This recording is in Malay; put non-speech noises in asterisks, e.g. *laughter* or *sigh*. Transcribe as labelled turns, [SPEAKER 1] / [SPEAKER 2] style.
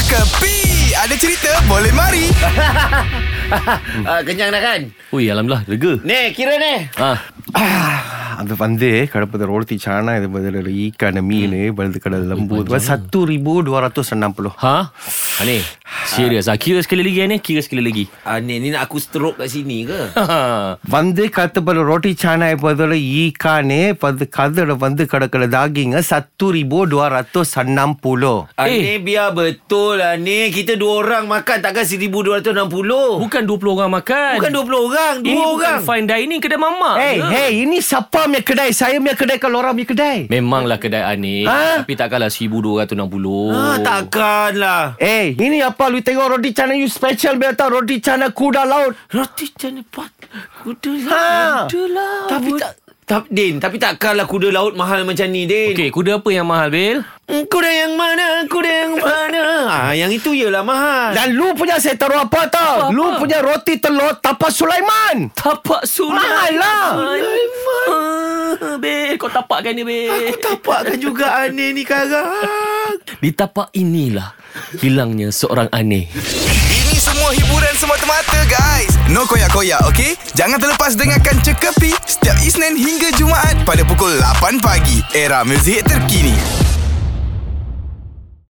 [SPEAKER 1] Kepi Ada cerita boleh mari
[SPEAKER 2] Ah, kenyang dah kan?
[SPEAKER 3] Ui, Alhamdulillah, lega.
[SPEAKER 2] Ni, kira ni.
[SPEAKER 3] Ah,
[SPEAKER 4] ಅದು ಬಂದೆ ಕಡಪದ ರೋಟಿ ಚೆನ್ನಾಗಿದೆ ಬದಲ ಈ ಕಡೆ ಮೀನು ಬೆಳೆದ ಕಡೆ ಲಂಬೂದು ಸತ್ತು ರಿಬು ಡ್ವಾರತ್ತು ಸಣ್ಣ ಪುಲು
[SPEAKER 3] ha? Ani, serius. Ah, kira sekali lagi ni, kira sekali lagi. Ha,
[SPEAKER 2] Ah, ni, ni nak aku stroke kat sini ke?
[SPEAKER 4] வந்து கத்துப்பல ரொட்டி சாணாய் பதில் ஈக்கானே பது கதட வந்து கடக்கட தாகிங்க சத்துரி போடு ரத்தோ சண்ணாம் புலோ
[SPEAKER 2] Ah,
[SPEAKER 3] *laughs* Eh.
[SPEAKER 2] eh. Ni biar betul lah ni. Kita dua orang makan takkan 1260.
[SPEAKER 3] Bukan 20 orang makan.
[SPEAKER 2] Bukan 20 orang, dua
[SPEAKER 3] Ini bukan
[SPEAKER 2] orang.
[SPEAKER 3] fine dining kedai mamak.
[SPEAKER 4] Hey,
[SPEAKER 3] ke?
[SPEAKER 4] hey, ini siapa punya kedai? Saya punya kedai kalau orang punya kedai.
[SPEAKER 3] Memanglah kedai Ani.
[SPEAKER 4] Ha?
[SPEAKER 3] Tapi tak kalah 1260.
[SPEAKER 2] Ah, takkan lah.
[SPEAKER 4] Eh, ini apa lu tengok roti canai you special biar tahu roti canai kuda laut.
[SPEAKER 2] Roti canai pat. Kuda
[SPEAKER 3] lah.
[SPEAKER 4] Ha.
[SPEAKER 2] laut. Kuda laut.
[SPEAKER 4] Tapi
[SPEAKER 2] Tapi tak... tak Din, tapi takkanlah kuda laut mahal macam ni, Din.
[SPEAKER 3] Okey, kuda apa yang mahal, Bil?
[SPEAKER 2] Mm, Kuda yang mana? Kuda yang mana? Ah, yang itu ialah mahal.
[SPEAKER 4] Dan lu punya saya taruh apa tau? Lu punya roti telur tapas Sulaiman.
[SPEAKER 3] Tapak sungai.
[SPEAKER 4] Mahal lah.
[SPEAKER 2] Sulaiman.
[SPEAKER 3] Ah, Bil, kau tapakkan dia, Bil.
[SPEAKER 2] Ha, Aku tapakkan juga Ani ni karang.
[SPEAKER 3] Di tapak inilah hilangnya seorang Ani.
[SPEAKER 1] Ini semua hiburan semata-mata guys No koyak-koyak ok Jangan terlepas dengarkan Cekapi Setiap Isnin hingga Jumaat Pada pukul 8 pagi Era muzik terkini